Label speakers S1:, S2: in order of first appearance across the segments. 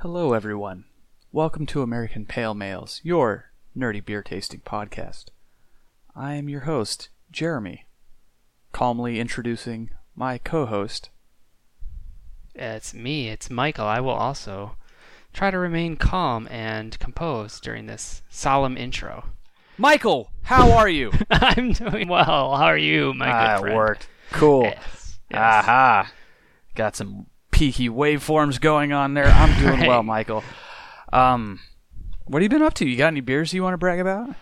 S1: Hello, everyone. Welcome to American Pale Males, your nerdy beer tasting podcast. I am your host, Jeremy, calmly introducing my co host.
S2: It's me, it's Michael. I will also try to remain calm and composed during this solemn intro.
S1: Michael, how are you?
S2: I'm doing well. How are you, my good friend?
S1: Cool.
S2: Yes. Ah, yes.
S1: Aha. Got some peaky waveforms going on there. I'm doing well,
S2: Right.
S1: Michael. Um, what have you been up to? You got any beers you want to brag about?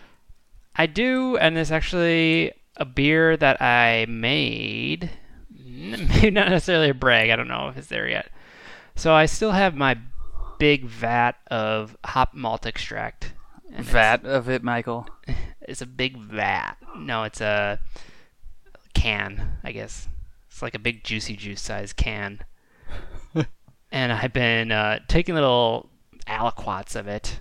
S2: I do, and there's actually a beer that I made. N- Maybe not necessarily a brag. I don't know if it's there yet. So I still have my big vat of hop malt extract. and it's-
S1: Vat of it, Michael.
S2: It's a big vat. No, it's a can, I guess. It's like a big juicy juice size can. and I've been uh, taking little aliquots of it,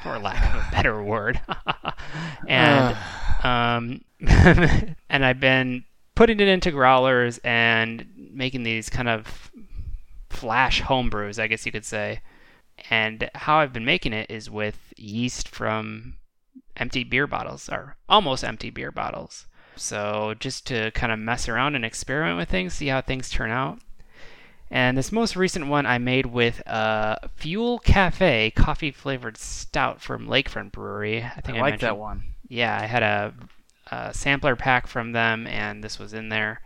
S2: for lack of a better word, and um, and I've been putting it into growlers and making these kind of flash homebrews, I guess you could say. And how I've been making it is with yeast from empty beer bottles or almost empty beer bottles. So just to kind of mess around and experiment with things, see how things turn out. And this most recent one I made with uh, Fuel Cafe coffee flavored stout from Lakefront Brewery. I think
S1: I
S2: I,
S1: like that
S2: mentioned-
S1: one.
S2: Yeah, I had a, a sampler pack from them, and this was in there.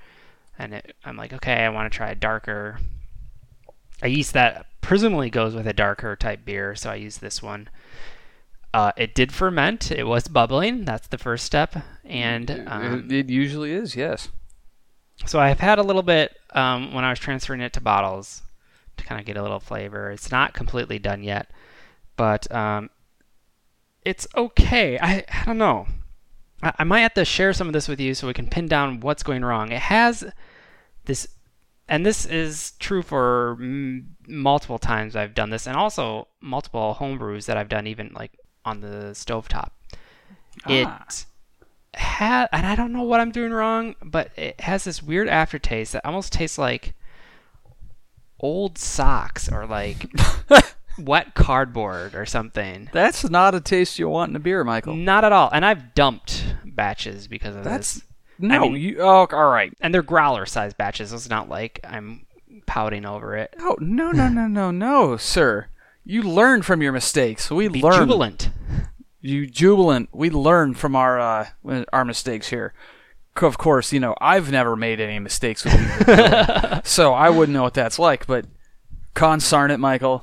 S2: And it, I'm like, okay, I want to try a darker. I yeast that presumably goes with a darker type beer, so I used this one. Uh, it did ferment. It was bubbling. That's the first step. And um,
S1: it, it usually is, yes.
S2: so I've had a little bit um, when I was transferring it to bottles to kind of get a little flavor. It's not completely done yet, but um, it's okay. I, I don't know. I, I might have to share some of this with you so we can pin down what's going wrong. It has this, and this is true for m- multiple times I've done this, and also multiple homebrews that I've done, even like on the stovetop.
S1: Ah.
S2: It had and I don't know what I'm doing wrong, but it has this weird aftertaste that almost tastes like old socks or like wet cardboard or something.
S1: That's not a taste you want in a beer, Michael.
S2: Not at all. And I've dumped batches because of
S1: That's
S2: this.
S1: no.
S2: mean-
S1: you oh, all right.
S2: And they're growler sized batches. It's not like I'm pouting over it.
S1: No, no, no, no, no, no, sir. You learn from your mistakes. We
S2: Be
S1: learn.
S2: jubilant.
S1: You jubilant. We learn from our uh, our mistakes here. C- Of course, you know I've never made any mistakes with you, really, so I wouldn't know what that's like. But consarn it, Michael.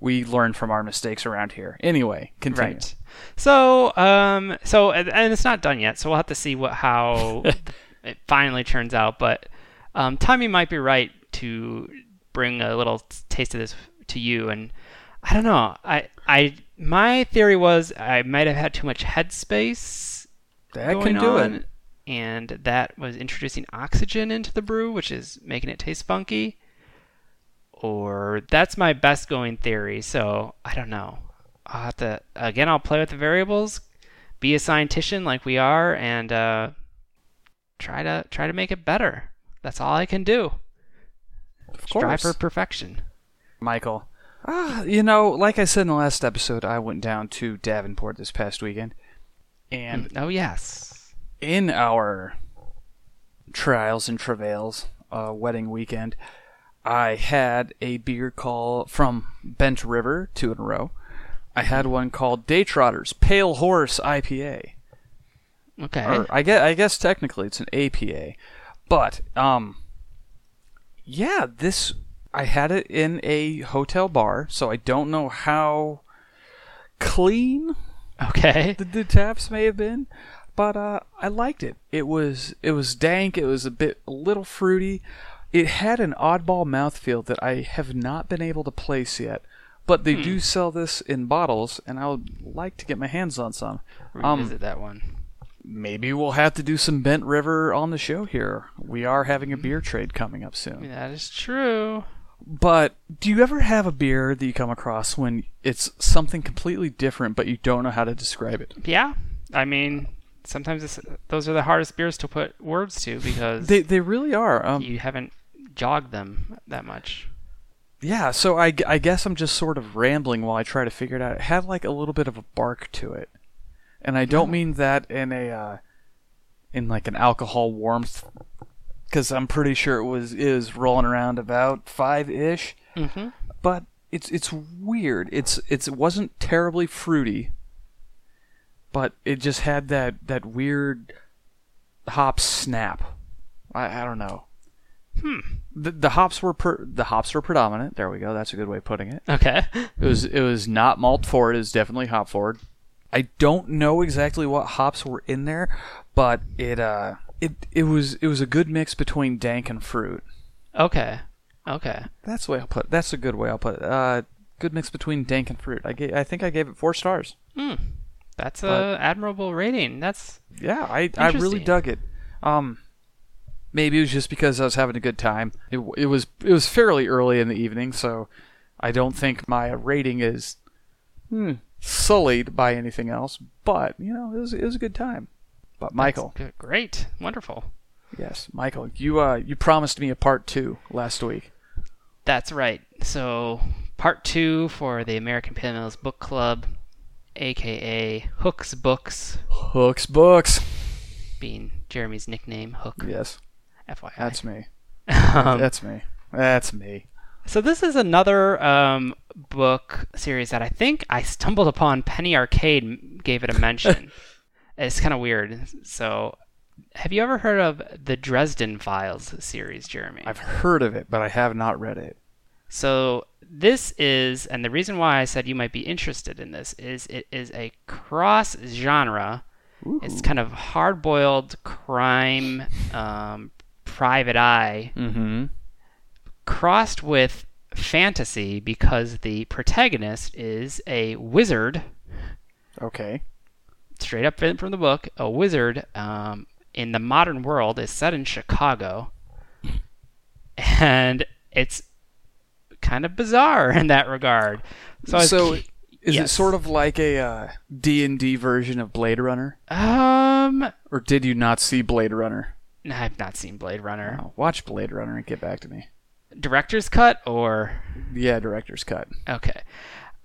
S1: We learn from our mistakes around here. Anyway, continue.
S2: Right. So, um, so and, and it's not done yet. So we'll have to see what how it finally turns out. But um, Tommy might be right to bring a little taste of this to you. And I don't know. I I my theory was I might have had too much headspace
S1: That
S2: going
S1: can do
S2: on,
S1: it.
S2: and that was introducing oxygen into the brew, which is making it taste funky. Or that's my best going theory. So I don't know. I'll have to again. I'll play with the variables, be a scientician like we are, and uh, try to try to make it better. That's all I can do.
S1: Of
S2: Strive
S1: course.
S2: for perfection.
S1: Michael. Ah, you know, like I said in the last episode, I went down to Davenport this past weekend, and
S2: oh yes.
S1: in our trials and travails uh, wedding weekend, I had a beer call from Bent River two in a row. I had one called Day Trotters Pale Horse IPA.
S2: Okay.
S1: Or I guess, I guess technically it's an APA, but um, yeah, this I had it in a hotel bar, so I don't know how clean
S2: Okay.
S1: the, the taps may have been, but uh, I liked it. It was it was dank. It was a bit a little fruity. It had an oddball mouthfeel that I have not been able to place yet. But they do sell this in bottles, and I would like to get my hands on some. Um,
S2: Revisit that one.
S1: maybe we'll have to do some Bent River on the show here. We are having a beer trade coming up soon.
S2: That is true.
S1: But do you ever have a beer that you come across when it's something completely different, but you don't know how to describe it?
S2: Yeah, I mean, sometimes it's, those are the hardest beers to put words to because
S1: They they really are. Um,
S2: you haven't jogged them that much.
S1: yeah, so I, I guess I'm just sort of rambling while I try to figure it out. It had like a little bit of a bark to it, and I don't mean that in a uh, in like an alcohol warmth, because I'm pretty sure it was is rolling around about five ish.
S2: Mm-hmm.
S1: But it's it's weird. It's it's it wasn't terribly fruity, but it just had that that weird hop snap. I I don't know.
S2: Hmm.
S1: The, the hops were per, the hops were predominant. There we go. That's a good way of putting it.
S2: Okay.
S1: It was it was not malt forward. It was definitely hop forward. I don't know exactly what hops were in there, but it uh it it was it was a good mix between dank and fruit.
S2: Okay. Okay.
S1: That's the way I'll put. That's a good way I'll put. It. Uh, good mix between dank and fruit. I gave, I think I gave it four stars.
S2: Hmm. That's a
S1: But-
S2: admirable rating. That's
S1: Yeah, I I really
S2: Interesting.
S1: dug it. Um, maybe it was just because I was having a good time. It w- it was it was fairly early in the evening, so I don't think my rating is hmm, sullied by anything else. But you know, it was it was a good time. But Michael,
S2: good. great. Wonderful.
S1: yes, Michael, you uh you promised me a part two last week.
S2: That's right. So, part two for the American Pale Ales Book Club, aka Hook's Books,
S1: Hooks books.
S2: being Jeremy's nickname, Hook.
S1: Yes,
S2: FYI.
S1: that's me.
S2: um,
S1: that's me. That's me.
S2: So this is another um, book series that I think I stumbled upon. Penny Arcade m- gave it a mention. it's kind of weird. So, have you ever heard of the Dresden Files series, Jeremy?
S1: I've heard of it, but I have not read it.
S2: So this is, and the reason why I said you might be interested in this is it is a cross genre. It's kind of hard-boiled crime, um, private eye,
S1: Mm-hmm.
S2: crossed with fantasy because the protagonist is a wizard,
S1: Okay.
S2: straight up in- from the book. A wizard um, in the modern world is set in Chicago, and it's kind of bizarre in that regard. So, I was
S1: So,
S2: cu-
S1: Is it
S2: Yes.
S1: sort of like a uh, D and D version of Blade Runner,
S2: um,
S1: or did you not see Blade Runner?
S2: no, I've not seen Blade Runner.
S1: Oh, watch Blade Runner and get back to me.
S2: Director's cut or
S1: Yeah, director's cut.
S2: okay,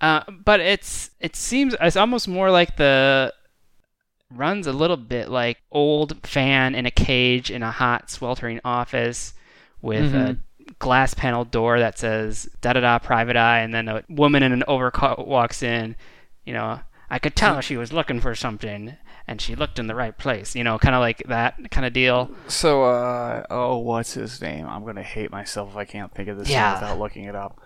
S2: uh, but it's it seems it's almost more like the runs a little bit like old fan in a cage in a hot sweltering office with a glass panel door that says da da da private eye and then a woman in an overcoat walks in you know i could tell she was looking for something and she looked in the right place you know kind of like that kind of deal
S1: So, uh, oh, what's his name? I'm gonna hate myself if I can't think of this
S2: Yeah.
S1: name without looking it up.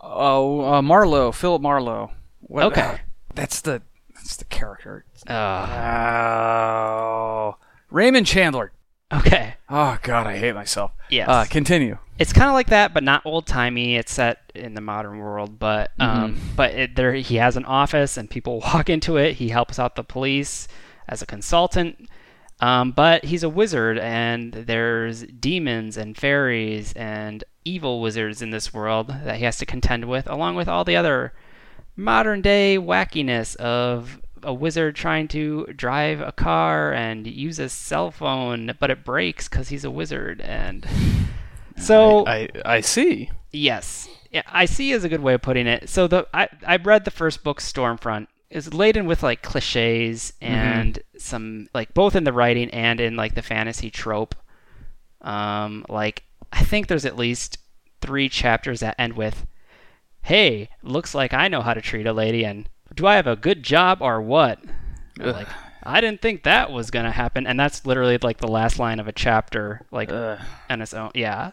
S1: Oh, uh, Marlowe, Philip Marlowe. What,
S2: Okay.
S1: that's the that's the character.
S2: uh,
S1: Oh, Raymond Chandler.
S2: okay
S1: Oh God, I hate myself.
S2: yes
S1: Uh, continue.
S2: it's kind of like that, but not old timey. It's set in the modern world, but um, but it, there he has an office and people walk into it. He helps out the police as a consultant, um, but he's a wizard and there's demons and fairies and evil wizards in this world that he has to contend with, along with all the other modern day wackiness of a wizard trying to drive a car and use a cell phone, but it breaks because he's a wizard and. So
S1: I I see.
S2: Yes. Yeah, I see is a good way of putting it. So the I I read the first book Stormfront is laden with like cliches and some like both in the writing and in like the fantasy trope. Um like I think there's at least 3 chapters that end with hey, looks like I know how to treat a lady and do I have a good job or what? I'm
S1: Ugh.
S2: Like I didn't think that was going to happen and that's literally like the last line of a chapter like
S1: Ugh.
S2: on its own. Yeah,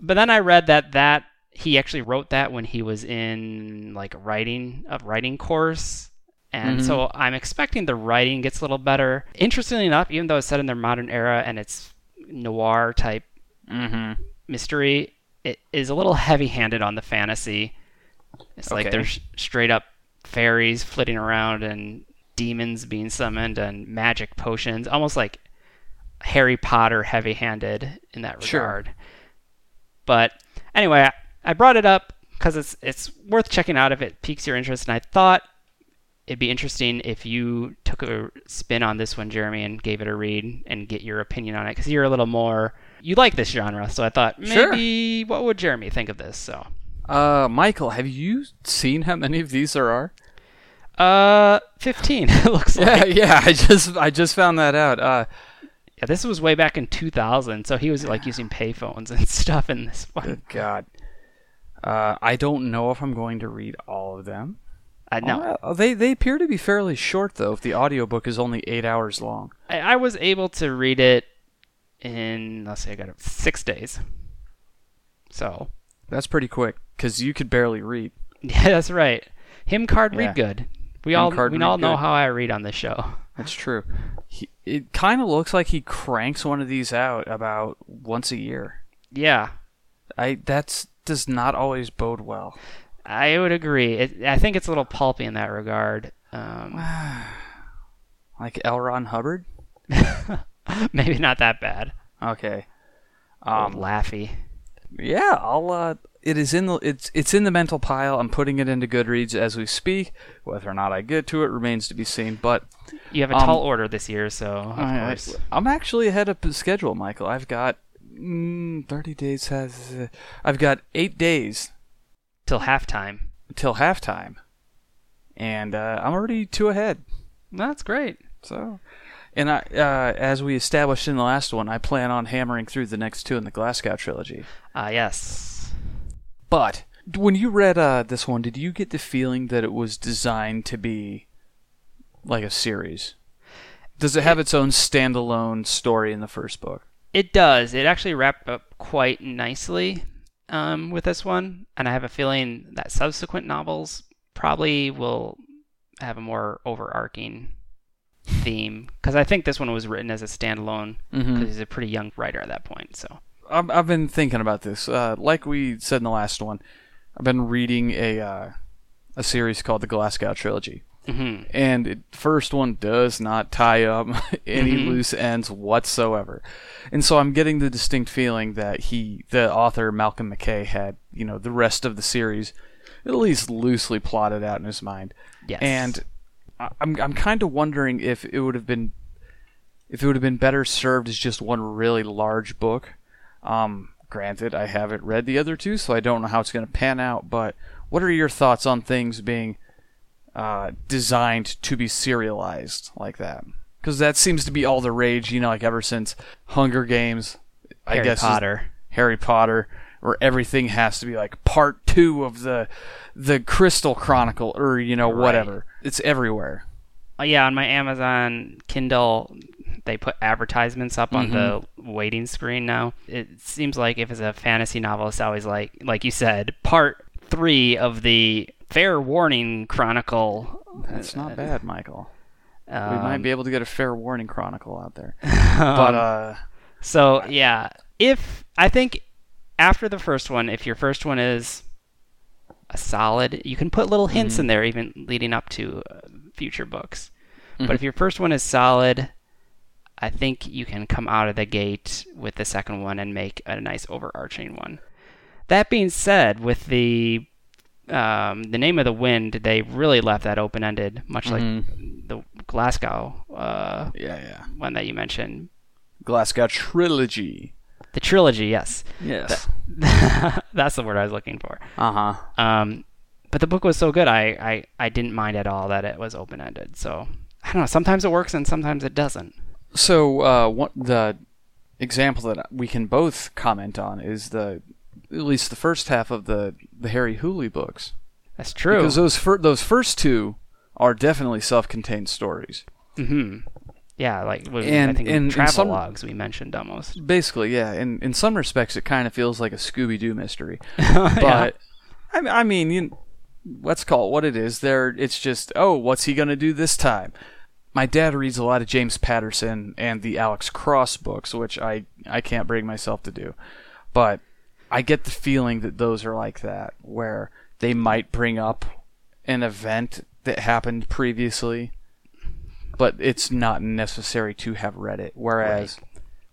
S2: but then I read that that he actually wrote that when he was in like writing a writing course. And
S1: Mhm.
S2: so I'm expecting the writing gets a little better. Interestingly enough, even though it's set in the modern era and it's noir type
S1: Mm-hmm.
S2: mystery, it is a little heavy-handed on the fantasy. It's like
S1: Okay.
S2: there's straight up fairies flitting around and demons being summoned and magic potions, almost like Harry Potter heavy-handed in that
S1: Sure.
S2: regard. But anyway, I, I brought it up because it's it's worth checking out if it piques your interest, and I thought it'd be interesting if you took a spin on this one, Jeremy, and gave it a read and get your opinion on it because you're a little more you like this genre. So I thought
S1: Sure.
S2: maybe what would Jeremy think of this? So
S1: Uh, Michael, have you seen how many of these there are?
S2: Uh, 15, it looks
S1: Yeah,
S2: like.
S1: yeah. I just I just found that out. Uh,
S2: Yeah, this was way back in 2000, so he was like using payphones and stuff in this one.
S1: God, uh, I don't know if I'm going to read all of them.
S2: I know.
S1: Uh, they they appear to be fairly short though. If the audiobook is only eight hours long.
S2: I, I was able to read it in, let's say I got it six days. So,
S1: That's pretty quick because you could barely read.
S2: yeah, that's right. Him card
S1: Yeah.
S2: read good. We
S1: Him
S2: all
S1: card
S2: we
S1: read
S2: all know
S1: good.
S2: how I read on this show.
S1: That's true. He, it kind of looks like he cranks one of these out about once a year.
S2: Yeah,
S1: I that's does not always bode well.
S2: I would agree. It, I think it's a little pulpy in that regard. Um,
S1: Like L. Ron Hubbard.
S2: maybe not that bad.
S1: Okay.
S2: Um,
S1: Um.
S2: Laffy.
S1: Yeah. I'll. Uh, it is in the. It's it's in the mental pile. I'm putting it into Goodreads as we speak. Whether or not I get to it remains to be seen. But
S2: You have a
S1: Um,
S2: tall order this year, so of
S1: I,
S2: course.
S1: am actually ahead of the schedule, Michael. I've got mm, 30 days has. Uh, I've got eight days
S2: Till halftime.
S1: till halftime, and uh, I'm already two ahead.
S2: That's great.
S1: So, and I, uh, as we established in the last one, I plan on hammering through the next two in the Glasgow trilogy.
S2: Ah, yes.
S1: But when you read uh, this one, did you get the feeling that it was designed to be like a series? Does it have its own standalone story in the first book?
S2: It does. It actually wrapped up quite nicely um, with this one, and I have a feeling that subsequent novels probably will have a more overarching theme because I think this one was written as a standalone because
S1: Mm-hmm.
S2: he's a pretty young writer at that point. So
S1: I've, I've been thinking about this. Uh, like we said in the last one, I've been reading a uh, a series called the Glasgow Trilogy,
S2: hmm
S1: and it, first one does not tie up any
S2: Mhm.
S1: loose ends whatsoever, and so I'm getting the distinct feeling that he, the author Malcolm McKay, had you know the rest of the series at least loosely plotted out in his mind.
S2: yes,
S1: And I- I'm I'm kind of wondering if it would have been if it would have been better served as just one really large book. Um, granted, I haven't read the other two, so I don't know how it's going to pan out. But what are your thoughts on things being uh, designed to be serialized like that? Because that seems to be all the rage, you know, like ever since Hunger Games,
S2: Harry
S1: I guess is-
S2: Potter.
S1: Harry Potter, where everything has to be like part two of the the Crystal Chronicle, or you know whatever. It's everywhere.
S2: Oh, yeah, on my Amazon Kindle, they put advertisements up on the waiting screen now. It seems like if it's a fantasy novel, it's always like, like you said, part three of the Fair Warning Chronicle.
S1: That's not bad, Michael. We
S2: Um,
S1: might be able to get a fair warning chronicle out there. but uh,
S2: So yeah, if I think after the first one, if your first one is a solid, you can put little hints in there, even leading up to uh, future books. But if your first one is solid, I think you can come out of the gate with the second one and make a nice overarching one. That being said, with the um, the name of the wind, they really left that open ended, much like the Glasgow uh,
S1: yeah, yeah,
S2: one that you mentioned.
S1: Glasgow trilogy.
S2: The trilogy, yes.
S1: Yes.
S2: That's the word I was looking for.
S1: Uh huh.
S2: Um, but the book was so good, I, I, I didn't mind at all that it was open ended. So I don't know. Sometimes it works and sometimes it doesn't.
S1: So uh, what the example that we can both comment on is the at least the first half of the the Harry Hooley books.
S2: That's true.
S1: Because those fir- those first two are definitely self-contained stories.
S2: hmm Yeah, like we, I
S1: And-
S2: think
S1: and- and
S2: travel
S1: some-
S2: logs we mentioned almost.
S1: Basically, yeah. In in some respects, it kind of feels like a Scooby Doo mystery. But
S2: Yeah.
S1: I, mean- I mean, you, let's call it what it is. There, it's just oh, what's he gonna do this time? My dad reads a lot of James Patterson and the Alex Cross books, which I I can't bring myself to do. But I get the feeling that those are like that, where they might bring up an event that happened previously, but it's not necessary to have read it. Whereas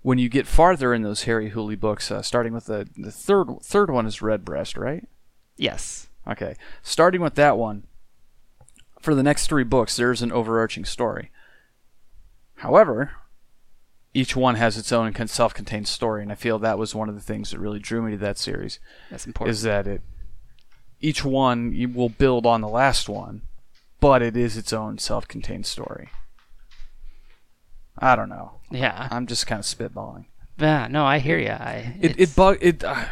S1: when you get farther in those Harry Hooley books, uh, starting with the, the third third one is Redbreast, right?
S2: Yes.
S1: Okay. Starting with that one, for the next three books, there's an overarching story. However, each one has its own con- self-contained story, and I feel that was one of the things that really drew me to that series
S2: That's important.
S1: is that it each one you- will build on the last one, but it is its own self-contained story. I don't know.
S2: Yeah.
S1: I'm just kind of spitballing.
S2: Yeah, no, I hear you. I,
S1: It
S2: it's-
S1: it bug it. Uh,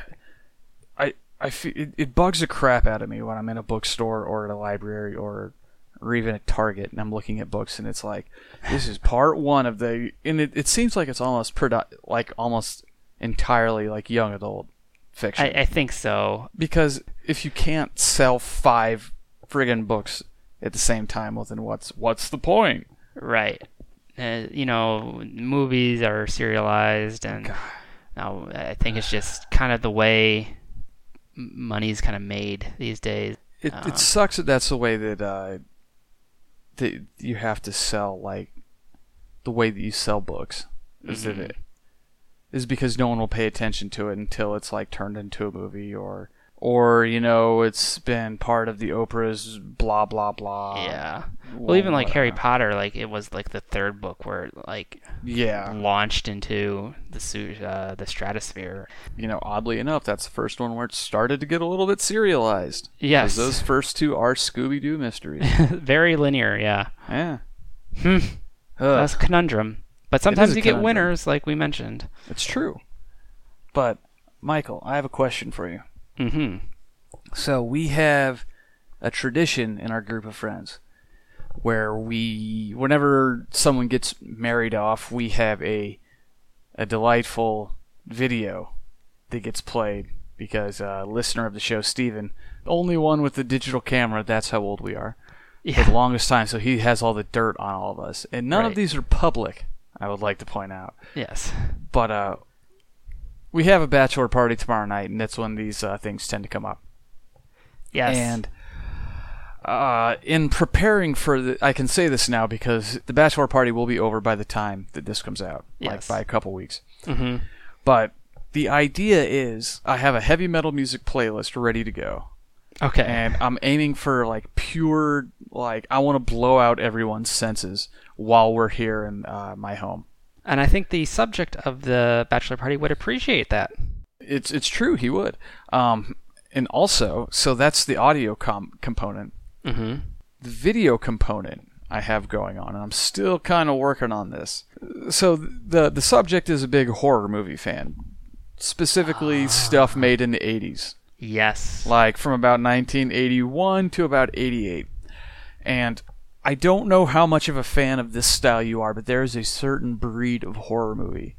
S1: I I fe- it, it bugs the crap out of me when I'm in a bookstore or at a library or or even at Target and I'm looking at books and it's like this is part one of the and it, it seems like it's almost produ- like almost entirely like young adult fiction
S2: I, I think so.
S1: because if you can't sell five friggin' books at the same time, well then what's what's the point?
S2: Right. Uh, you know, movies are serialized, and
S1: God.
S2: no, I think it's just kind of the way m- money's kind of made these days.
S1: It
S2: Uh.
S1: it sucks that that's the way that uh, that you have to sell like the way that you sell books is that
S2: Mhm.
S1: it is because no one will pay attention to it until it's like turned into a movie or or you know it's been part of the Oprah's blah blah blah.
S2: yeah. Well, even like Harry
S1: whatever.
S2: Potter, like it was like the third book where it, like
S1: Yeah,
S2: launched into the su- uh, the stratosphere.
S1: you know, oddly enough, that's the first one where it started to get a little bit serialized. 'Cause
S2: Yes.
S1: those first two are Scooby Doo mysteries.
S2: Very linear. Yeah.
S1: yeah.
S2: Hmm.
S1: Ugh,
S2: That's a conundrum. But sometimes
S1: a
S2: you get
S1: conundrum.
S2: winners, like we mentioned.
S1: it's true. But, Michael, I have a question for you.
S2: hmm
S1: So, we have a tradition in our group of friends where we, whenever someone gets married off, we have a, a delightful video that gets played because uh, listener of the show, Steven, the only one with the digital camera, that's how old we are. for the
S2: Yeah.
S1: longest time, so he has all the dirt on all of us. And none of
S2: Right.
S1: these are public, I would like to point out.
S2: Yes.
S1: But uh, we have a bachelor party tomorrow night, and that's when these uh, things tend to come up.
S2: Yes.
S1: And uh, in preparing for the, I can say this now because the bachelor party will be over by the time that this comes out, like
S2: Yes.
S1: by a couple weeks.
S2: hmm
S1: But the idea is, I have a heavy metal music playlist ready to go.
S2: Okay.
S1: and I'm aiming for like pure like I want to blow out everyone's senses while we're here in uh, my home.
S2: And I think the subject of the bachelor party would appreciate that.
S1: It's it's true he would. Um, and also so that's the audio com- component.
S2: Mm-hmm.
S1: The video component I have going on, and I'm still kind of working on this. So th- the the subject is a big horror movie fan, specifically stuff made in the 80s.
S2: Yes.
S1: like from about 1981 to about 88. And I don't know how much of a fan of this style you are, but there is a certain breed of horror movie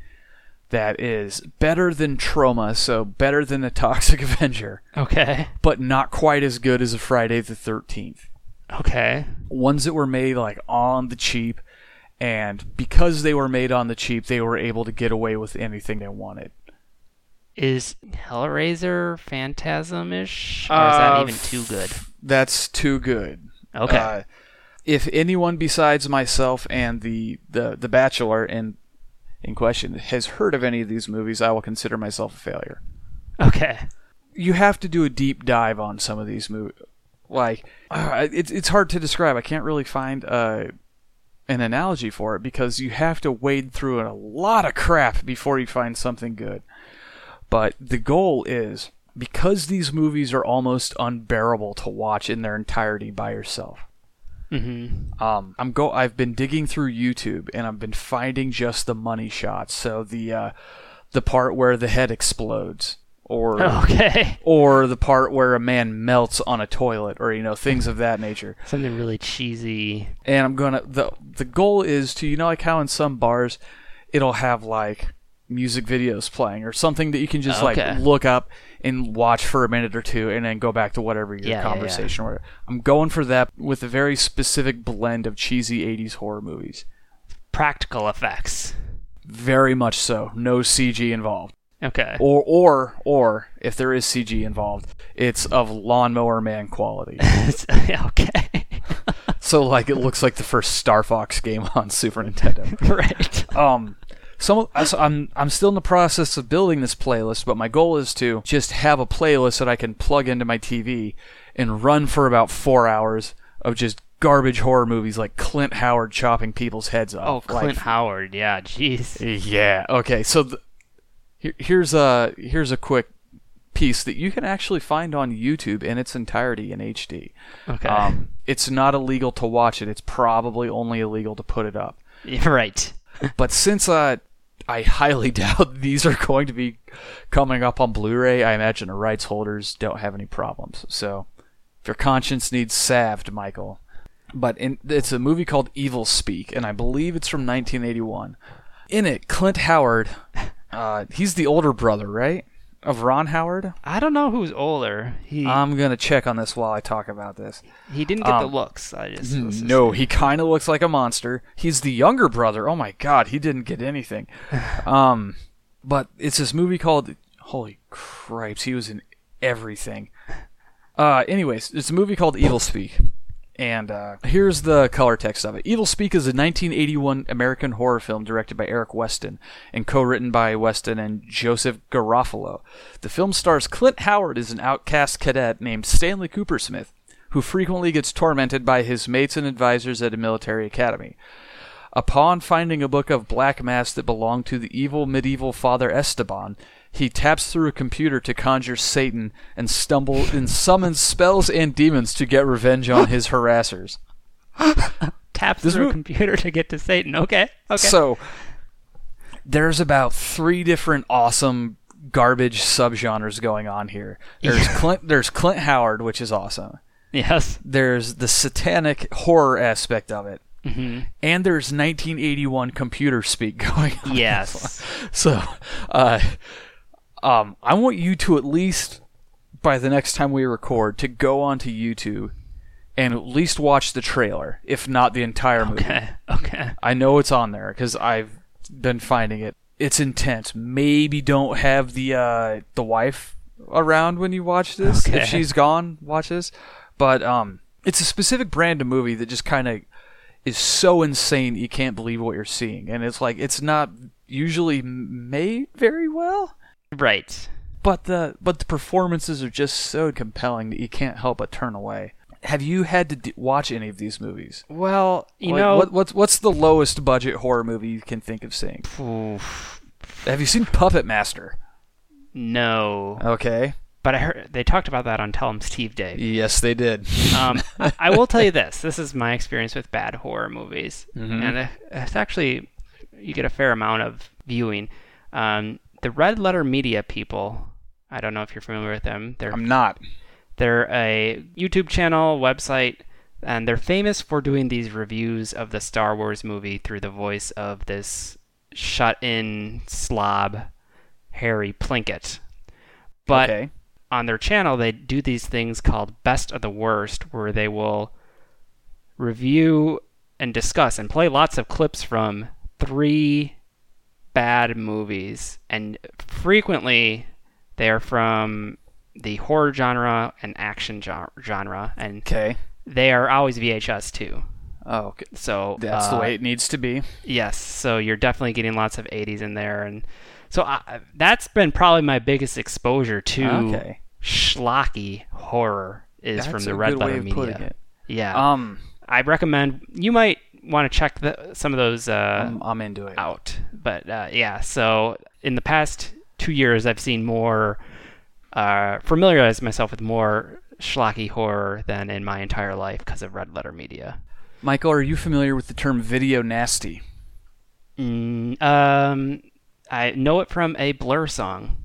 S1: that is better than Trauma, so better than The Toxic Avenger,
S2: Okay.
S1: but not quite as good as a Friday the 13th.
S2: Okay.
S1: Ones that were made like on the cheap, and because they were made on the cheap, they were able to get away with anything they wanted.
S2: Is Hellraiser Phantasm ish? Or is that
S1: Uh,
S2: even too good?
S1: That's too good.
S2: Okay.
S1: Uh, if anyone besides myself and the the, the bachelor in in question has heard of any of these movies, I will consider myself a failure.
S2: okay.
S1: You have to do a deep dive on some of these movies. Like uh, it's it's hard to describe. I can't really find uh, an analogy for it because you have to wade through a lot of crap before you find something good. But the goal is because these movies are almost unbearable to watch in their entirety by yourself.
S2: Mm-hmm.
S1: Um, I'm go. I've been digging through YouTube and I've been finding just the money shots. So the uh, the part where the head explodes, or
S2: Oh. Okay.
S1: or the part where a man melts on a toilet, or you know things of that nature.
S2: Something really cheesy.
S1: And I'm gonna the the goal is to you know like how in some bars it'll have like music videos playing or something that you can just
S2: Okay.
S1: like look up and watch for a minute or two and then go back to whatever your
S2: Yeah, yeah, yeah.
S1: conversation were. I'm going for that with a very specific blend of cheesy 80s horror movies.
S2: Practical effects.
S1: Very much so. No CG involved.
S2: Okay.
S1: Or or or if there is CG involved, it's of lawnmower man quality.
S2: okay.
S1: so like it looks like the first Star Fox game on Super Nintendo.
S2: right.
S1: Um some of- so I'm I'm still in the process of building this playlist, but my goal is to just have a playlist that I can plug into my TV and run for about 4 hours of just garbage horror movies like Clint Howard chopping people's heads
S2: Oh,
S1: off. like
S2: Clint Howard. Yeah. Jeez.
S1: Yeah. Okay. So th- here, here's a here's a quick piece that you can actually find on YouTube in its entirety in HD.
S2: Okay.
S1: Um, it's not illegal to watch it. It's probably only illegal to put it up.
S2: right.
S1: But since uh, I highly doubt these are going to be coming up on Blu-ray, I imagine the rights holders don't have any problems. So, if your conscience needs salved, Michael. But in, it's a movie called Evil Speak, and I believe it's from 1981. In it, Clint Howard, uh, he's the older brother, right, of Ron Howard.
S2: I don't know who's older. He
S1: I'm gonna check on this while I talk about this.
S2: he didn't get the
S1: um,
S2: looks. I just let's just-
S1: No, he kind of looks like a monster. He's the younger brother. Oh my god, he didn't get anything. Um, but it's this movie called Holy Cripes. He was in everything. Uh, anyways, it's a movie called Evil Speak. And uh, here's the color text of it. Evil Speak is a 1981 American horror film directed by Eric Weston and co-written by Weston and Joseph Garofalo. The film stars Clint Howard as an outcast cadet named Stanley Cooper Smith, who frequently gets tormented by his mates and advisors at a military academy. Upon finding a book of black mass that belonged to the evil medieval father Esteban, he taps through a computer to conjure Satan and stumble and summons spells and demons to get revenge on his harassers.
S2: taps through a
S1: mo-
S2: computer to get to Satan. Okay. Okay.
S1: So there's about three different awesome garbage subgenres going on here. There's Clint there's Clint Howard, which is awesome.
S2: yes.
S1: There's the satanic horror aspect of it.
S2: hmm
S1: And there's 1981 computer speak going on.
S2: Yes.
S1: So, uh, um, I want you to at least by the next time we record to go onto YouTube and at least watch the trailer, if not the entire movie.
S2: okay. Okay.
S1: I know it's on there because I've been finding it. It's intense. Maybe don't have the uh, the wife around when you watch this.
S2: Okay.
S1: If she's gone, watch this. But um, it's a specific brand of movie that just kind of is so insane that you can't believe what you're seeing, and it's like it's not usually m- made very well.
S2: Right.
S1: But the but the performances are just so compelling that you can't help but turn away. Have you had to d- watch any of these movies?
S2: Well, you
S1: Like,
S2: know,
S1: what, what's what's the lowest budget horror movie you can think of seeing?
S2: Oof.
S1: Have you seen Puppet Master?
S2: no.
S1: Okay.
S2: But I heard they talked about that on Tell 'em Steve Day.
S1: Yes, they did.
S2: Um, I, I will tell you this: this is my experience with bad horror movies,
S1: Mm-hmm.
S2: and it- it's actually you get a fair amount of viewing. Um, the Red Letter Media people, I don't know if you're familiar with them. They're
S1: I'm not.
S2: they're a YouTube channel, website, and they're famous for doing these reviews of the Star Wars movie through the voice of this shut in slob, Harry Plinkett. But
S1: okay.
S2: on their channel, they do these things called Best of the Worst, where they will review and discuss and play lots of clips from three bad movies. And frequently, they are from the horror genre and action gen- genre, and
S1: Okay.
S2: they are always VHS too.
S1: Oh, okay.
S2: So
S1: That's the
S2: uh,
S1: way it needs to be.
S2: Yes, so you're definitely getting lots of 80s in there, and so I, that's been probably my biggest exposure to
S1: Okay.
S2: schlocky horror is
S1: That's
S2: from the
S1: a
S2: Red
S1: good
S2: Letter
S1: way of
S2: Media.
S1: putting it.
S2: Yeah,
S1: Um,
S2: I recommend you might want to check the, some of those uh,
S1: I'm, I'm into it.
S2: out, but uh, yeah. So in the past two years, I've seen more, uh, familiarized myself with more schlocky horror than in my entire life because of Red Letter Media.
S1: Michael, are you familiar with the term video nasty?
S2: Mm, um, I know it from a Blur song.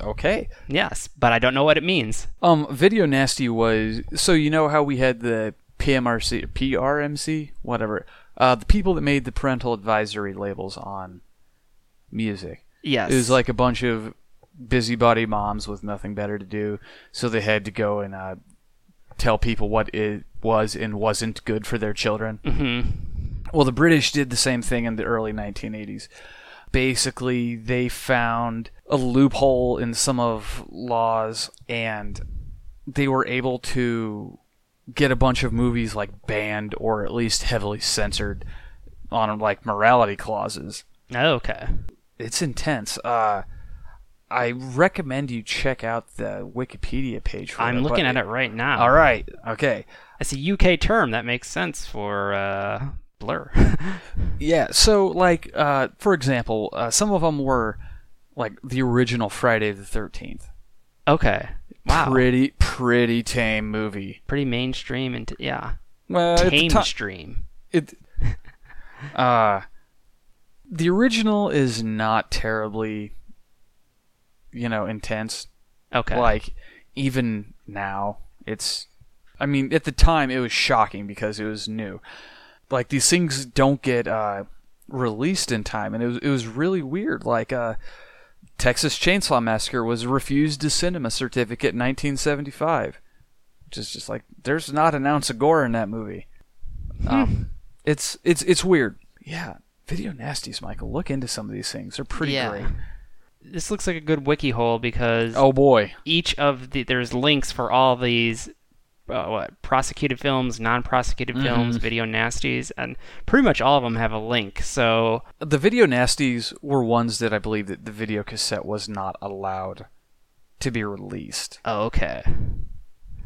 S1: Okay.
S2: Yes, but I don't know what it means.
S1: Um, video nasty was so you know how we had the PMRC, PRMC, whatever, uh, the people that made the parental advisory labels on music.
S2: Yes.
S1: It was like a bunch of busybody moms with nothing better to do, so they had to go and uh, tell people what it was and wasn't good for their children.
S2: hmm
S1: Well, the British did the same thing in the early 1980s. Basically, they found a loophole in some of laws and they were able to get a bunch of movies like banned or at least heavily censored on like morality clauses
S2: Okay.
S1: it's intense. Uh, I recommend you check out the Wikipedia page. For
S2: I'm looking at it right now.
S1: All right. Okay.
S2: It's a UK term that makes sense for uh, blur.
S1: Yeah. So, like, uh, for example, uh, some of them were like the original Friday the Thirteenth.
S2: Okay. Wow.
S1: Pretty, pretty tame movie.
S2: Pretty mainstream and t- yeah,
S1: Well, at the
S2: tame
S1: time,
S2: stream.
S1: it. Uh, the original is not terribly, you know, intense.
S2: Okay.
S1: Like, even now, it's. I mean, at the time, it was shocking because it was new. Like these things don't get uh, released in time, and it was it was really weird. Like, uh, Texas Chainsaw Massacre was refused a cinema certificate in 1975, which is just like there's not an ounce of gore in that movie.
S2: Hmm.
S1: Um, it's it's it's weird. Yeah, video nasties, Michael. Look into some of these things. They're pretty
S2: Yeah.
S1: great.
S2: this looks like a good wiki hole because
S1: Oh boy.
S2: each of the there's links for all these uh, what prosecuted films, non-prosecuted
S1: Mm-hmm.
S2: films, video nasties, and pretty much all of them have a link. So
S1: The video nasties were ones that I believe that the video cassette was not allowed to be released.
S2: oh, okay,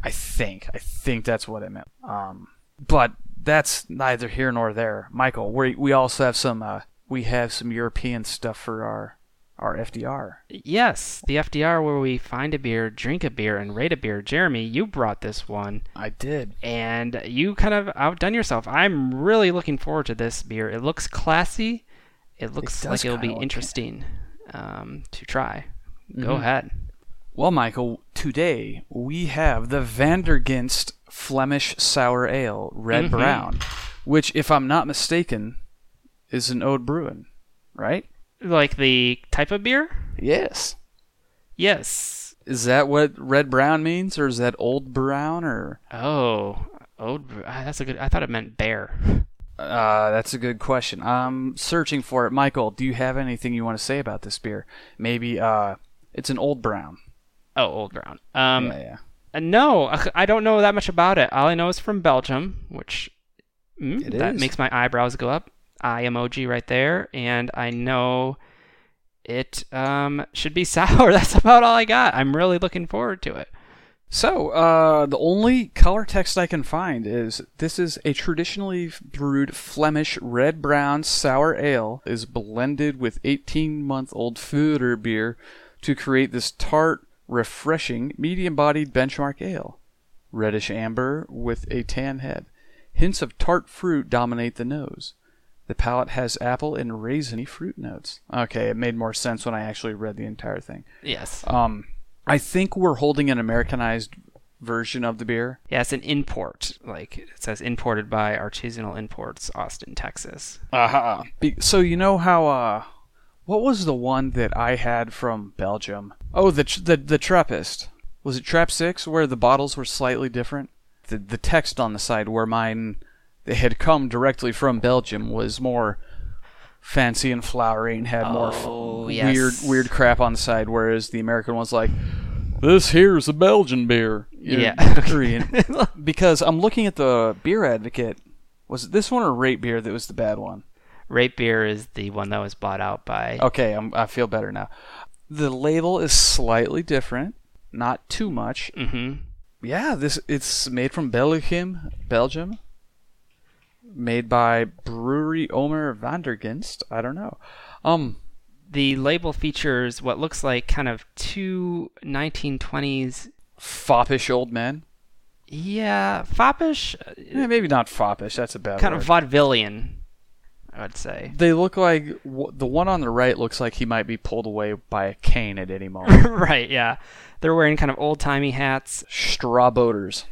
S1: I think. I think that's what it meant. Um, but that's neither here nor there. Michael, we we also have some uh, we have some European stuff for our our FDR.
S2: yes, the FDR where we find a beer, drink a beer, and rate a beer. Jeremy, you brought this one.
S1: I did.
S2: and you kind of outdone yourself. I'm really looking forward to this beer. It looks classy. It looks
S1: does
S2: like it'll be
S1: kinda look-
S2: interesting um, to try.
S1: Mm-hmm.
S2: Go ahead.
S1: Well, Michael, today we have the Vanderginst Flemish Sour Ale, Red
S2: Mhm.
S1: Brown, which, if I'm not mistaken, is an Ode Bruin, right?
S2: Like the type of beer?
S1: Yes.
S2: Yes.
S1: Is that what Red Brown means, or is that Old Brown, or
S2: Oh, oh, that's a good. I thought it meant bear.
S1: Uh, that's a good question. I'm searching for it. Michael, do you have anything you want to say about this beer? Maybe uh, it's an old brown.
S2: Oh, old brown. Um,
S1: yeah, yeah.
S2: Uh, No, I don't know that much about it. All I know is from Belgium, which mm,
S1: It
S2: that
S1: is.
S2: makes my eyebrows go up. Eye emoji right there, and I know it um, should be sour. That's about all I got. I'm really looking forward to it.
S1: So, uh, the only color text I can find is this is a traditionally brewed Flemish red brown sour ale is blended with 18 month old Fooder beer to create this tart, refreshing, medium bodied benchmark ale. Reddish amber with a tan head. Hints of tart fruit dominate the nose. The palate has apple and raisiny fruit notes. Okay, it made more sense when I actually read the entire thing.
S2: Yes,
S1: Um, I think we're holding an Americanized version of the beer.
S2: yeah, it's an import. Like it says, imported by Artisanal Imports, Austin, Texas.
S1: Uh-huh. Be- so you know how uh, what was the one that I had from Belgium? Oh, the tr- the the Trappist. Was it Trap Six, where the bottles were slightly different? The the text on the side where mine that had come directly from Belgium was more fancy and flowery and had more f-
S2: Oh, yes.
S1: weird weird crap on the side, whereas the American one's like, "This here's a Belgian beer." You know,
S2: Yeah.
S1: Korean. because I'm looking at the Beer Advocate. Was it this one or Rate Beer that was the bad one?
S2: Rape beer is the one that was bought out by.
S1: Okay, I'm, I feel better now. The label is slightly different, not too much.
S2: hmm
S1: Yeah, this it's made from Belgium, Belgium. Made by brewery Omer Vanderginst. I don't know. Um,
S2: The label features what looks like kind of two 1920s
S1: foppish old men.
S2: Yeah, foppish, uh,
S1: Eh, maybe not foppish. That's a bad
S2: kind of
S1: word.
S2: vaudevillian, I would say.
S1: They look like w- the one on the right looks like he might be pulled away by a cane at any moment.
S2: right, yeah. They're wearing kind of old timey hats.
S1: Straw boaters.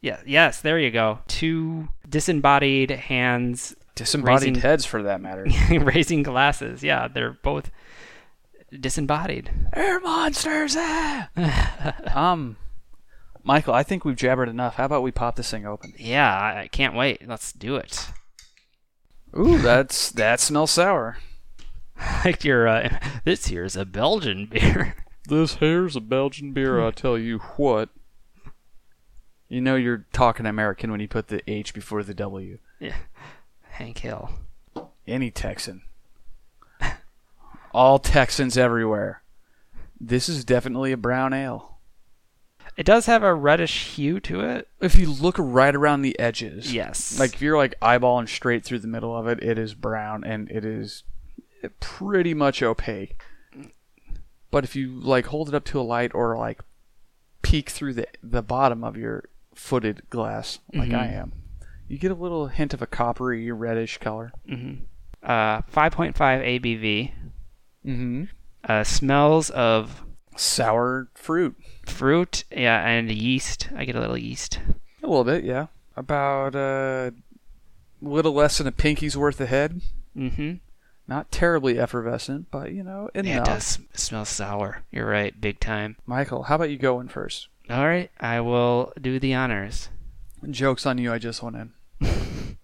S2: Yeah, yes, there you go. Two disembodied hands
S1: disembodied
S2: Raising-
S1: heads for that matter.
S2: raising glasses. Yeah, they're both disembodied.
S1: Air monsters. ah! um, Michael, I think we've jabbered enough. How about we pop this thing open?
S2: Yeah, I, I can't wait. Let's do it.
S1: Ooh, that's that smells sour.
S2: Like your uh, this here is a Belgian beer.
S1: This here's a Belgian beer. I tell you what. You know you're talking American when you put the H before the W.
S2: yeah. Hank Hill.
S1: Any Texan. All Texans everywhere. This is definitely a brown ale.
S2: It does have a reddish hue to it.
S1: If you look right around the edges,
S2: Yes.
S1: Like if you're like eyeballing straight through the middle of it, it is brown and it is pretty much opaque. But if you like hold it up to a light or like peek through the the bottom of your footed glass like
S2: Mm-hmm.
S1: I am, you get a little hint of a coppery reddish color.
S2: Uh, 5.5 ABV.
S1: Mm-hmm.
S2: Uh, smells of
S1: Sour fruit,
S2: fruit, yeah, and yeast. I get a little yeast.
S1: a little bit, yeah. About a little less than a pinky's worth ahead.
S2: Mm-hmm.
S1: Not terribly effervescent, but you know
S2: Yeah,
S1: enough.
S2: it does s- smell sour. You're right, big time.
S1: Michael, how about you go in first?
S2: All right, I will do the honors.
S1: Joke's on you, I just went in.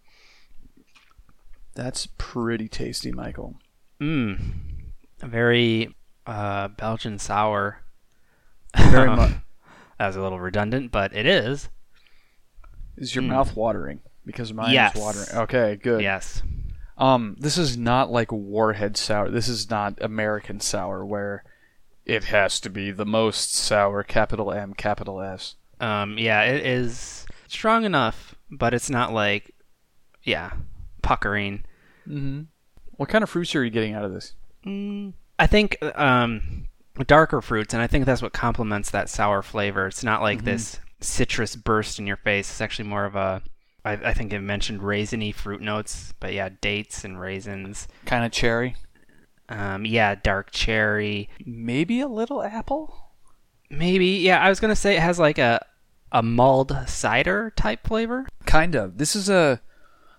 S1: That's pretty tasty, Michael.
S2: Mmm. Very uh, Belgian sour.
S1: Very much.
S2: That was a little redundant, but it is.
S1: Is your
S2: Mm.
S1: mouth watering? Because mine
S2: Yes.
S1: is watering. Okay, good.
S2: Yes.
S1: Um, this is not like Warhead sour. This is not American sour, where it has to be the most sour, capital M, capital S.
S2: Um, yeah, it is strong enough, but it's not like, yeah, puckering.
S1: Mm-hmm. What kind of fruits are you getting out of this?
S2: Mm, I think um, darker fruits, and I think that's what complements that sour flavor. It's not like this citrus burst in your face. It's actually more of a, I, I think it mentioned raisiny fruit notes, but yeah, dates and raisins.
S1: Kind of cherry,
S2: Um, yeah, dark cherry.
S1: maybe a little apple.
S2: Maybe, yeah, I was going to say it has like a, a mulled cider type flavor.
S1: Kind of. This is a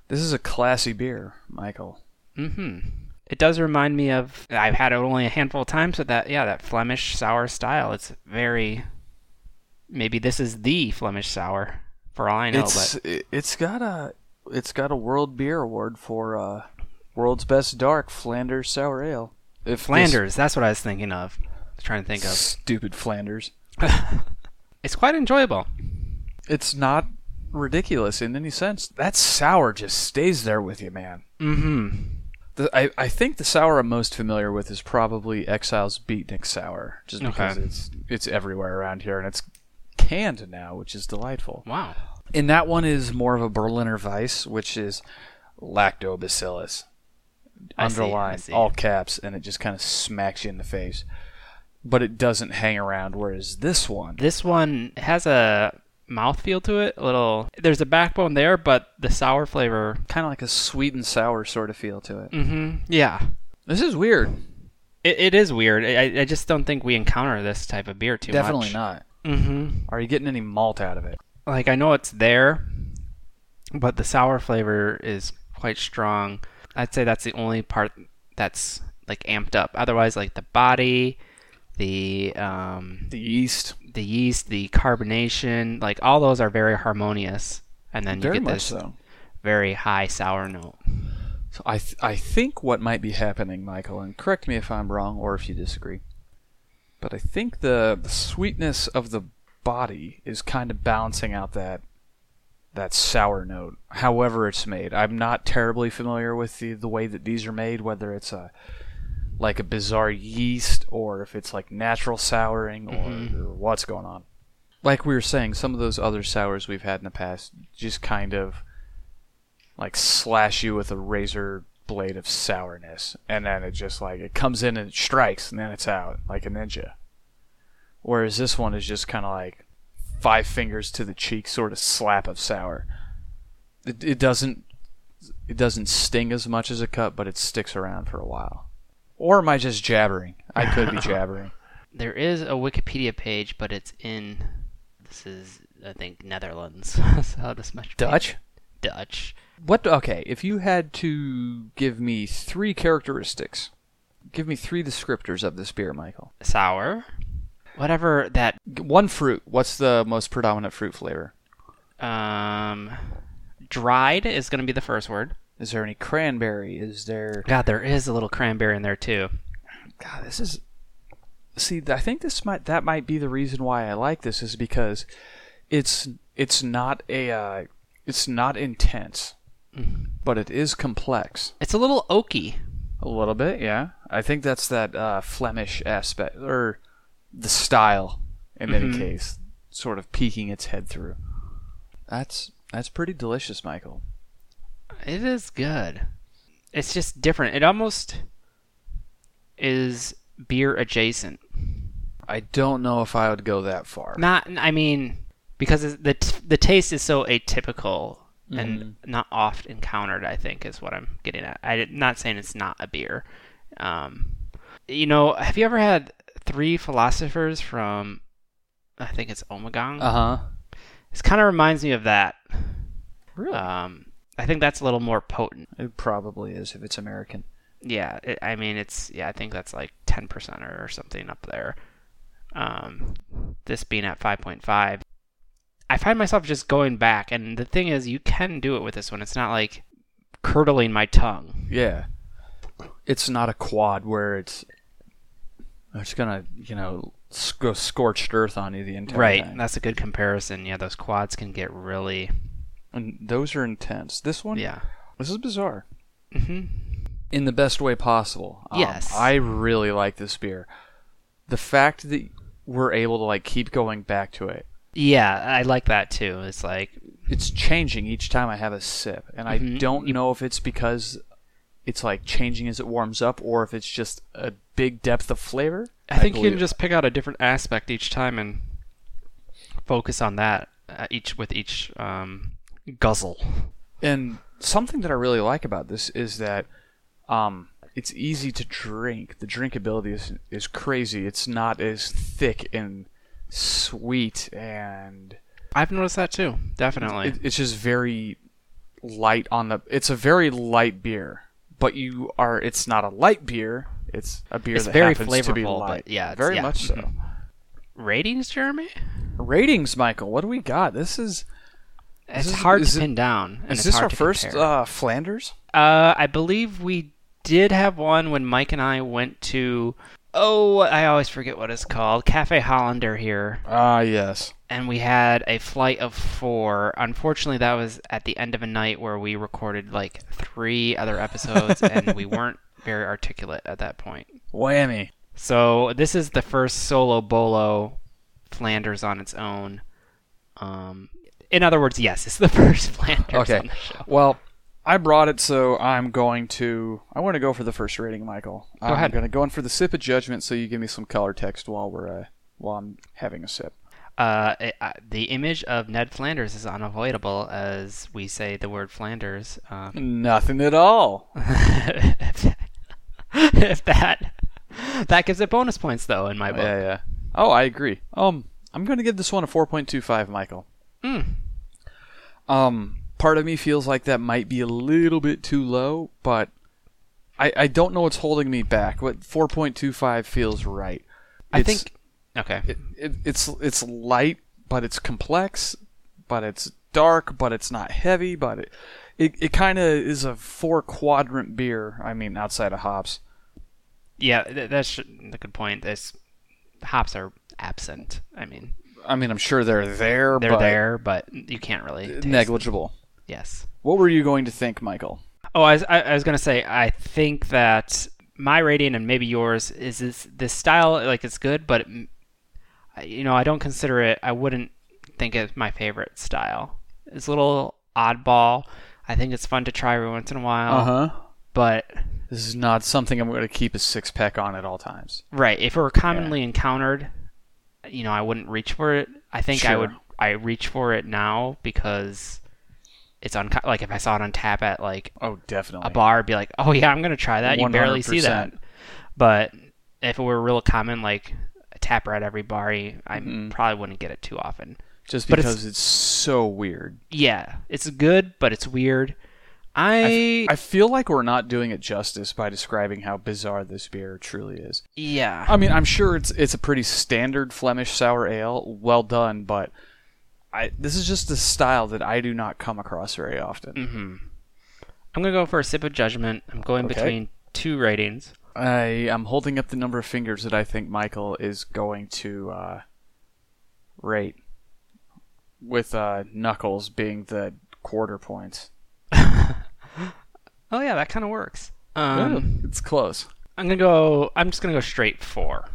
S1: this is a classy beer, Michael.
S2: hmm It does remind me of I've had it only a handful of times, but that yeah, that Flemish sour style. It's very maybe this is the Flemish sour for all I know,
S1: it's
S2: but
S1: it, it's got a it's got a World Beer Award for uh, World's Best Dark Flanders Sour Ale. If
S2: Flanders, that's what I was thinking of. I was trying to think
S1: this-
S2: of.
S1: stupid Flanders.
S2: It's quite enjoyable.
S1: It's not ridiculous in any sense. That sour just stays there with you, man.
S2: Mm-hmm.
S1: The, I I think the sour I'm most familiar with is probably Exile's Beatnik Sour, just because
S2: Okay.
S1: it's it's everywhere around here and it's canned now, which is delightful.
S2: Wow.
S1: And that one is more of a Berliner Weiss, which is lactobacillus.
S2: I see, I
S1: Underlined,
S2: see.
S1: all caps, and it just kind of smacks you in the face. But it doesn't hang around, whereas this one,
S2: This one has a mouthfeel to it, a little there's a backbone there, but the sour flavor
S1: kind of like a sweet and sour sort of feel to it.
S2: mm-hmm. yeah.
S1: This is weird.
S2: It, it is weird. I, I just don't think we encounter this type of beer too
S1: Definitely
S2: much.
S1: not.
S2: Definitely not. Mm-hmm.
S1: Are you getting any malt out of it?
S2: like I know it's there, but the sour flavor is quite strong. I'd say that's the only part that's like amped up. Otherwise, like the body, the um,
S1: The yeast.
S2: the yeast, the carbonation, like all those are very harmonious. And then you
S1: Very
S2: get
S1: much
S2: this
S1: so.
S2: very high sour note.
S1: So I, th- I think what might be happening, Michael, and correct me if I'm wrong or if you disagree, but I think the, the sweetness of the body is kind of balancing out that that sour note, however it's made. I'm not terribly familiar with the, the way that these are made, whether it's a like a bizarre yeast or if it's like natural souring or, or what's going on. Like we were saying, some of those other sours we've had in the past just kind of like slash you with a razor blade of sourness and then it just like it comes in and it strikes and then it's out like a ninja whereas this one is just kind of like five fingers to the cheek sort of slap of sour it, it doesn't it doesn't sting as much as a cut but it sticks around for a while or am i just jabbering i could be jabbering
S2: There is a Wikipedia page, but it's in this is I think Netherlands. so this much
S1: dutch
S2: Dutch.
S1: What? Okay, if you had to give me three characteristics, give me three descriptors of this beer, Michael.
S2: Sour. Whatever that
S1: G- One fruit. What's the most predominant fruit flavor?
S2: Um, dried is going to be the first word.
S1: Is there any cranberry? Is there?
S2: God, there is a little cranberry in there too.
S1: God, this is. See, th- I think this might that might be the reason why I like this is because it's it's not a uh, it's not intense, but it is complex.
S2: It's a little oaky.
S1: A little bit, yeah. I think that's that uh, Flemish aspect, or the style, in any case, sort of peeking its head through. That's that's pretty delicious, Michael.
S2: It is good. It's just different. It almost is beer adjacent.
S1: I don't know if I would go that far.
S2: Not, I mean, because it's- the t- the taste is so atypical and not oft encountered. I think is what I'm getting at. I'm not saying it's not a beer. Um, you know, have you ever had three philosophers from? I think it's Omegang.
S1: Uh huh.
S2: This kind of reminds me of that.
S1: Really?
S2: Um, I think that's a little more potent.
S1: it probably is if it's American.
S2: Yeah, it, I mean it's yeah, I think that's like 10% or, or something up there. Um, this being at 5.5, I find myself just going back and the thing is you can do it with this one. It's not like curdling my tongue.
S1: Yeah. It's not a quad where it's it's gonna you know s- go scorched earth on you the entire
S2: Right.
S1: time.
S2: That's a good comparison. Yeah, those quads can get really
S1: And those are intense. This one,
S2: yeah.
S1: this is bizarre
S2: hmm
S1: in the best way possible. Um,
S2: Yes.
S1: I really like this beer. The fact that we're able to like keep going back to it,
S2: Yeah, I like that too. It's like
S1: it's changing each time I have a sip, and I
S2: Mhm.
S1: don't know if it's because it's like changing as it warms up, or if it's just a big depth of flavor.
S2: I think you
S1: believe-
S2: can just pick out a different aspect each time and focus on that uh, each with each um, guzzle.
S1: And something that I really like about this is that um, it's easy to drink. The drinkability is is crazy. It's not as thick and sweet, and
S2: I've noticed that too, definitely.
S1: it, it's just very light on the. It's a very light beer, but you are. It's not a light beer. It's a beer
S2: It's
S1: that
S2: very
S1: happens to be
S2: flavorful, but
S1: light.
S2: yeah, it's-
S1: very
S2: yeah,
S1: much so.
S2: mhm. Ratings, Jeremy?
S1: Ratings, Michael. What do we got? This is
S2: It's
S1: this-
S2: hard
S1: is
S2: to
S1: it-
S2: pin down. and
S1: is
S2: it's
S1: this
S2: hard
S1: our
S2: to
S1: first
S2: compare.
S1: uh, Flanders?
S2: Uh, I believe we did have one when Mike and I went to. Oh, I always forget what it's called. Cafe Hollander here.
S1: Ah, yes.
S2: and we had a flight of four. Unfortunately, that was at the end of a night where we recorded like three other episodes, and we weren't very articulate at that point.
S1: Whammy.
S2: So this is the first solo bolo Flanders on its own. Um, in other words, yes, it's the first Flanders on
S1: Okay.
S2: the show.
S1: Well, I brought it, so I'm going to. I want to go for the first rating, Michael. I'm
S2: ahead.
S1: going to go in for the sip of judgment, so you give me some color text while we're uh, while I'm having a sip.
S2: Uh, it, uh, the image of Ned Flanders is unavoidable as we say the word Flanders. Um,
S1: Nothing at all.
S2: if that that gives it bonus points though in my book.
S1: yeah, yeah. Oh, I agree. Um, I'm going to give this one a 4.25, Michael.
S2: Mm.
S1: Um, part of me feels like that might be a little bit too low, but I I don't know what's holding me back. But 4.25 feels right.
S2: I
S1: It's-
S2: think. Okay.
S1: it, it, it's it's light, but it's complex, but it's dark, but it's not heavy, but it it, it kind of is a four quadrant beer. I mean, outside of hops.
S2: yeah, th- that's a good point. This hops are absent. I mean,
S1: I mean, I'm sure they're there,
S2: they're
S1: but
S2: there, but you can't really. taste them.
S1: negligible.
S2: Yes.
S1: What were you going to think, Michael?
S2: Oh, I was, I, I was gonna say. I think that my rating and maybe yours is this this style like it's good, but it, you know I don't consider it. I wouldn't think it's my favorite style. It's a little oddball. I think it's fun to try every once in a while,
S1: huh.
S2: but
S1: This is not something I'm going to keep a six pack on at all times.
S2: Right. If it were commonly encountered, you know, I wouldn't reach for it. I think I
S1: Sure.
S2: would. I reach for it now because it's on. Like if I saw it on tap at like
S1: Oh, definitely.
S2: a bar, I'd be like, oh yeah, I'm gonna try that. You barely see that.
S1: 100%.
S2: But if it were real common, like a tapper at every bar, I
S1: Mm-hmm.
S2: probably wouldn't get it too often.
S1: Just
S2: But it's-
S1: because it's, so weird.
S2: Yeah, it's good, but it's weird. I,
S1: I feel like we're not doing it justice by describing how bizarre this beer truly is.
S2: yeah.
S1: I mean, I'm sure it's it's a pretty standard Flemish sour ale. Well done, but I this is just a style that I do not come across very often.
S2: I'm gonna go for a sip of judgment. I'm going
S1: Okay.
S2: between two ratings.
S1: I am holding up the number of fingers that I think Michael is going to uh, rate, with uh, knuckles being the quarter points.
S2: Oh yeah, that kind of works. Um,
S1: Ooh, it's close.
S2: I'm gonna go. I'm just gonna go straight four.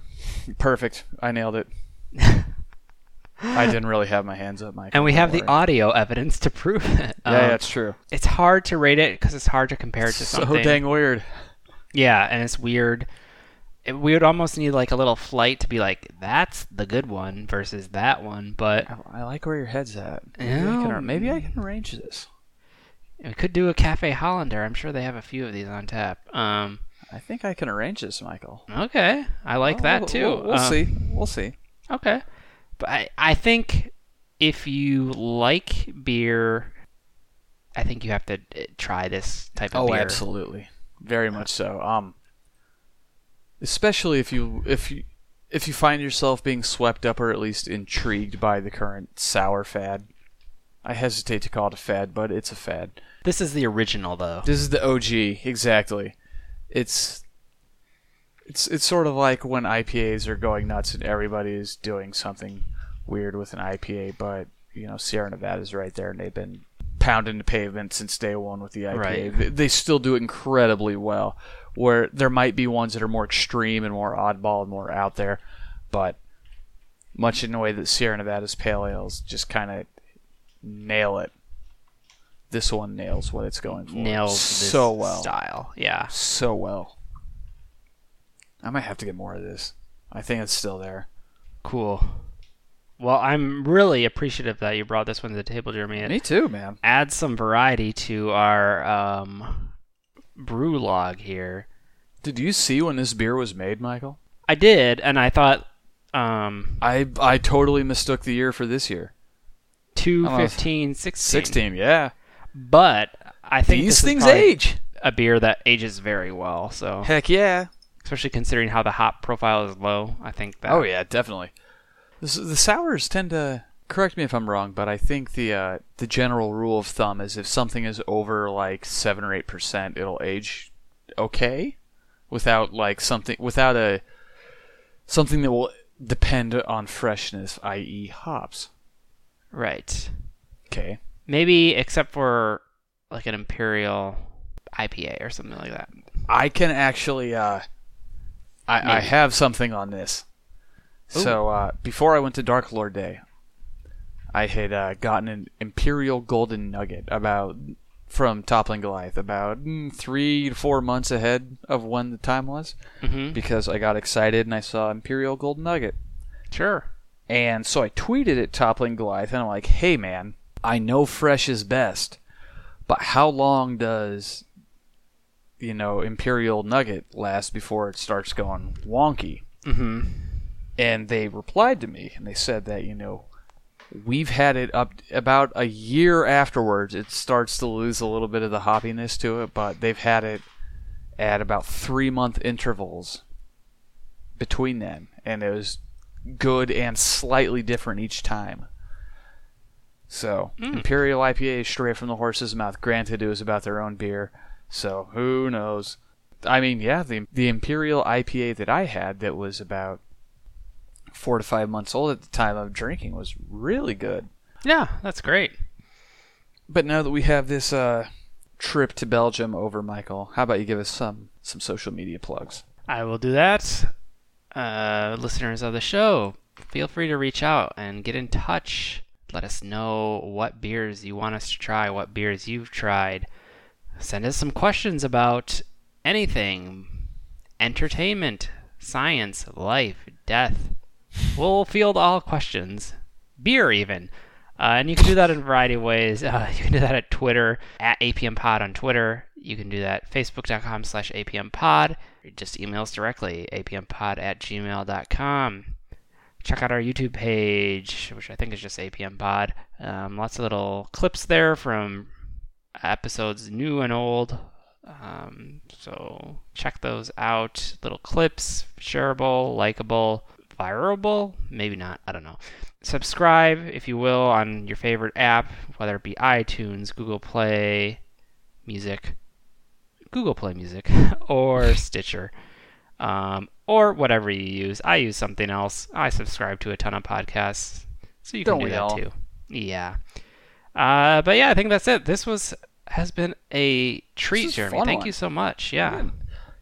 S1: Perfect. I nailed it. I didn't really have my hands up, Michael.
S2: And we
S1: don't
S2: have
S1: worry.
S2: the audio evidence to prove it. Um,
S1: yeah, yeah, it's true.
S2: It's hard to rate it because it's hard to compare it to
S1: So
S2: something.
S1: dang weird.
S2: Yeah, and it's weird. it- we would almost need like a little flight to be like, that's the good one versus that one. But
S1: I- I like where your head's at. Maybe, I,
S2: Yeah.
S1: can, maybe I can arrange this.
S2: we could do a Cafe Hollander. I'm sure they have a few of these on tap. Um,
S1: I think I can arrange this, Michael.
S2: okay, I like
S1: Well,
S2: that
S1: we'll-
S2: too.
S1: Oh, We'll, we'll
S2: Um,
S1: see. We'll see.
S2: Okay. But I, I think if you like beer, I think you have to uh, try this type of
S1: Oh,
S2: beer.
S1: absolutely, very much so. Um, especially if you if you if you find yourself being swept up or at least intrigued by the current sour fad. I hesitate to call it a fad, but it's a fad.
S2: This is the original, though.
S1: This is the OG, exactly. It's it's it's sort of like when IPAs are going nuts and everybody is doing something weird with an IPA, but you know Sierra Nevada's right there, and they've been pounding the pavement since day one with the IPA.
S2: Right.
S1: They, they still do it incredibly well. Where there might be ones that are more extreme and more oddball and more out there, but much in the way that Sierra Nevada's pale ales just kind of nail it. This one nails what it's going for.
S2: Nails this
S1: so well
S2: style. Yeah.
S1: so well. I might have to get more of this. I think it's still there.
S2: Cool. Well, I'm really appreciative that you brought this one to the table, Jeremy. It
S1: too, man.
S2: adds some variety to our um, brew log here.
S1: Did you see when this beer was made, Michael?
S2: I did, and I thought um,
S1: I I totally mistook the year for this year.
S2: 2,
S1: Oh,
S2: 15, 16.
S1: Sixteen, yeah.
S2: But I think
S1: These
S2: this is
S1: things
S2: probably-
S1: age.
S2: a beer that ages very well. So,
S1: Heck yeah.
S2: especially considering how the hop profile is low, I think that.
S1: Oh yeah, definitely. This, the sours tend to correct me if I'm wrong, but I think the uh, the general rule of thumb is if something is over like seven or eight percent, it'll age okay without like something without a something that will depend on freshness, i.e., hops.
S2: Right.
S1: Okay.
S2: Maybe except for like an imperial IPA or something like that.
S1: I can actually, uh, I, I
S2: Maybe.
S1: have something on this. So uh, before I went to Dark Lord Day, I had uh, gotten an Imperial Golden Nugget about from Toppling Goliath about mm, three to four months ahead of when the time was
S2: hmm
S1: because I got excited and I saw Imperial Golden Nugget.
S2: Sure.
S1: And so I tweeted at Toppling Goliath, and I'm like, hey, man, I know fresh is best, but how long does, you know, Imperial Nugget last before it starts going wonky?
S2: hmm
S1: And they replied to me, and they said that, you know, we've had it up about a year afterwards. It starts to lose a little bit of the hoppiness to it, but they've had it at about three month intervals between them, and it was good and slightly different each time. So Imperial IPA is straight from the horse's mouth. Granted, it was about their own beer, so who knows? I mean, yeah, the the Imperial IPA that I had that was about four to five months old at the time of drinking was really good.
S2: Yeah, that's great.
S1: But now that we have this uh, trip to Belgium over, Michael, how about you give us some some social media plugs?
S2: I will do that. Uh, listeners of the show, feel free to reach out and get in touch. Let us know what beers you want us to try, what beers you've tried. Send us some questions about anything entertainment, science, life, death. We'll field all questions, beer even. Uh, and you can do that in a variety of ways. Uh, you can do that at Twitter, at APMPod on Twitter. You can do that facebook.com slash APMPod. Just email us directly, apmpod at gmail.com. Check out our YouTube page, which I think is just APMPod. Um, lots of little clips there from episodes new and old. Um, so check those out. Little clips, shareable, likable, virable? Maybe not. I don't know. Subscribe, if you will, on your favorite app, whether it be iTunes, Google Play Music, Google Play Music, or Stitcher, um, or whatever you use. I use something else. I subscribe to a ton of podcasts, so you can
S1: Don't
S2: do
S1: we
S2: that
S1: all?
S2: too. Yeah. Uh, but yeah, I think that's it. This was has been a treat,
S1: was a
S2: Jeremy.
S1: fun
S2: Thank
S1: one.
S2: you so much. Yeah.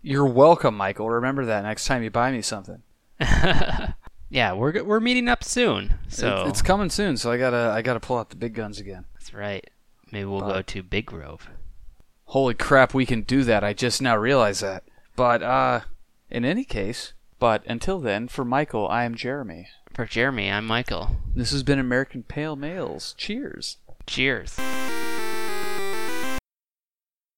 S1: You're welcome, Michael. Remember that next time you buy me something.
S2: yeah, we're g- we're meeting up soon. So
S1: It's- it's coming soon, so I gotta I gotta pull out the big guns again.
S2: That's right. Maybe we'll go
S1: But-
S2: to Big Grove.
S1: Holy crap, we can do that! I just now realized that. But uh, In any case, but until then, for Michael, I am Jeremy.
S2: For Jeremy, I'm Michael.
S1: This has been American Pale Males. Cheers.
S2: Cheers.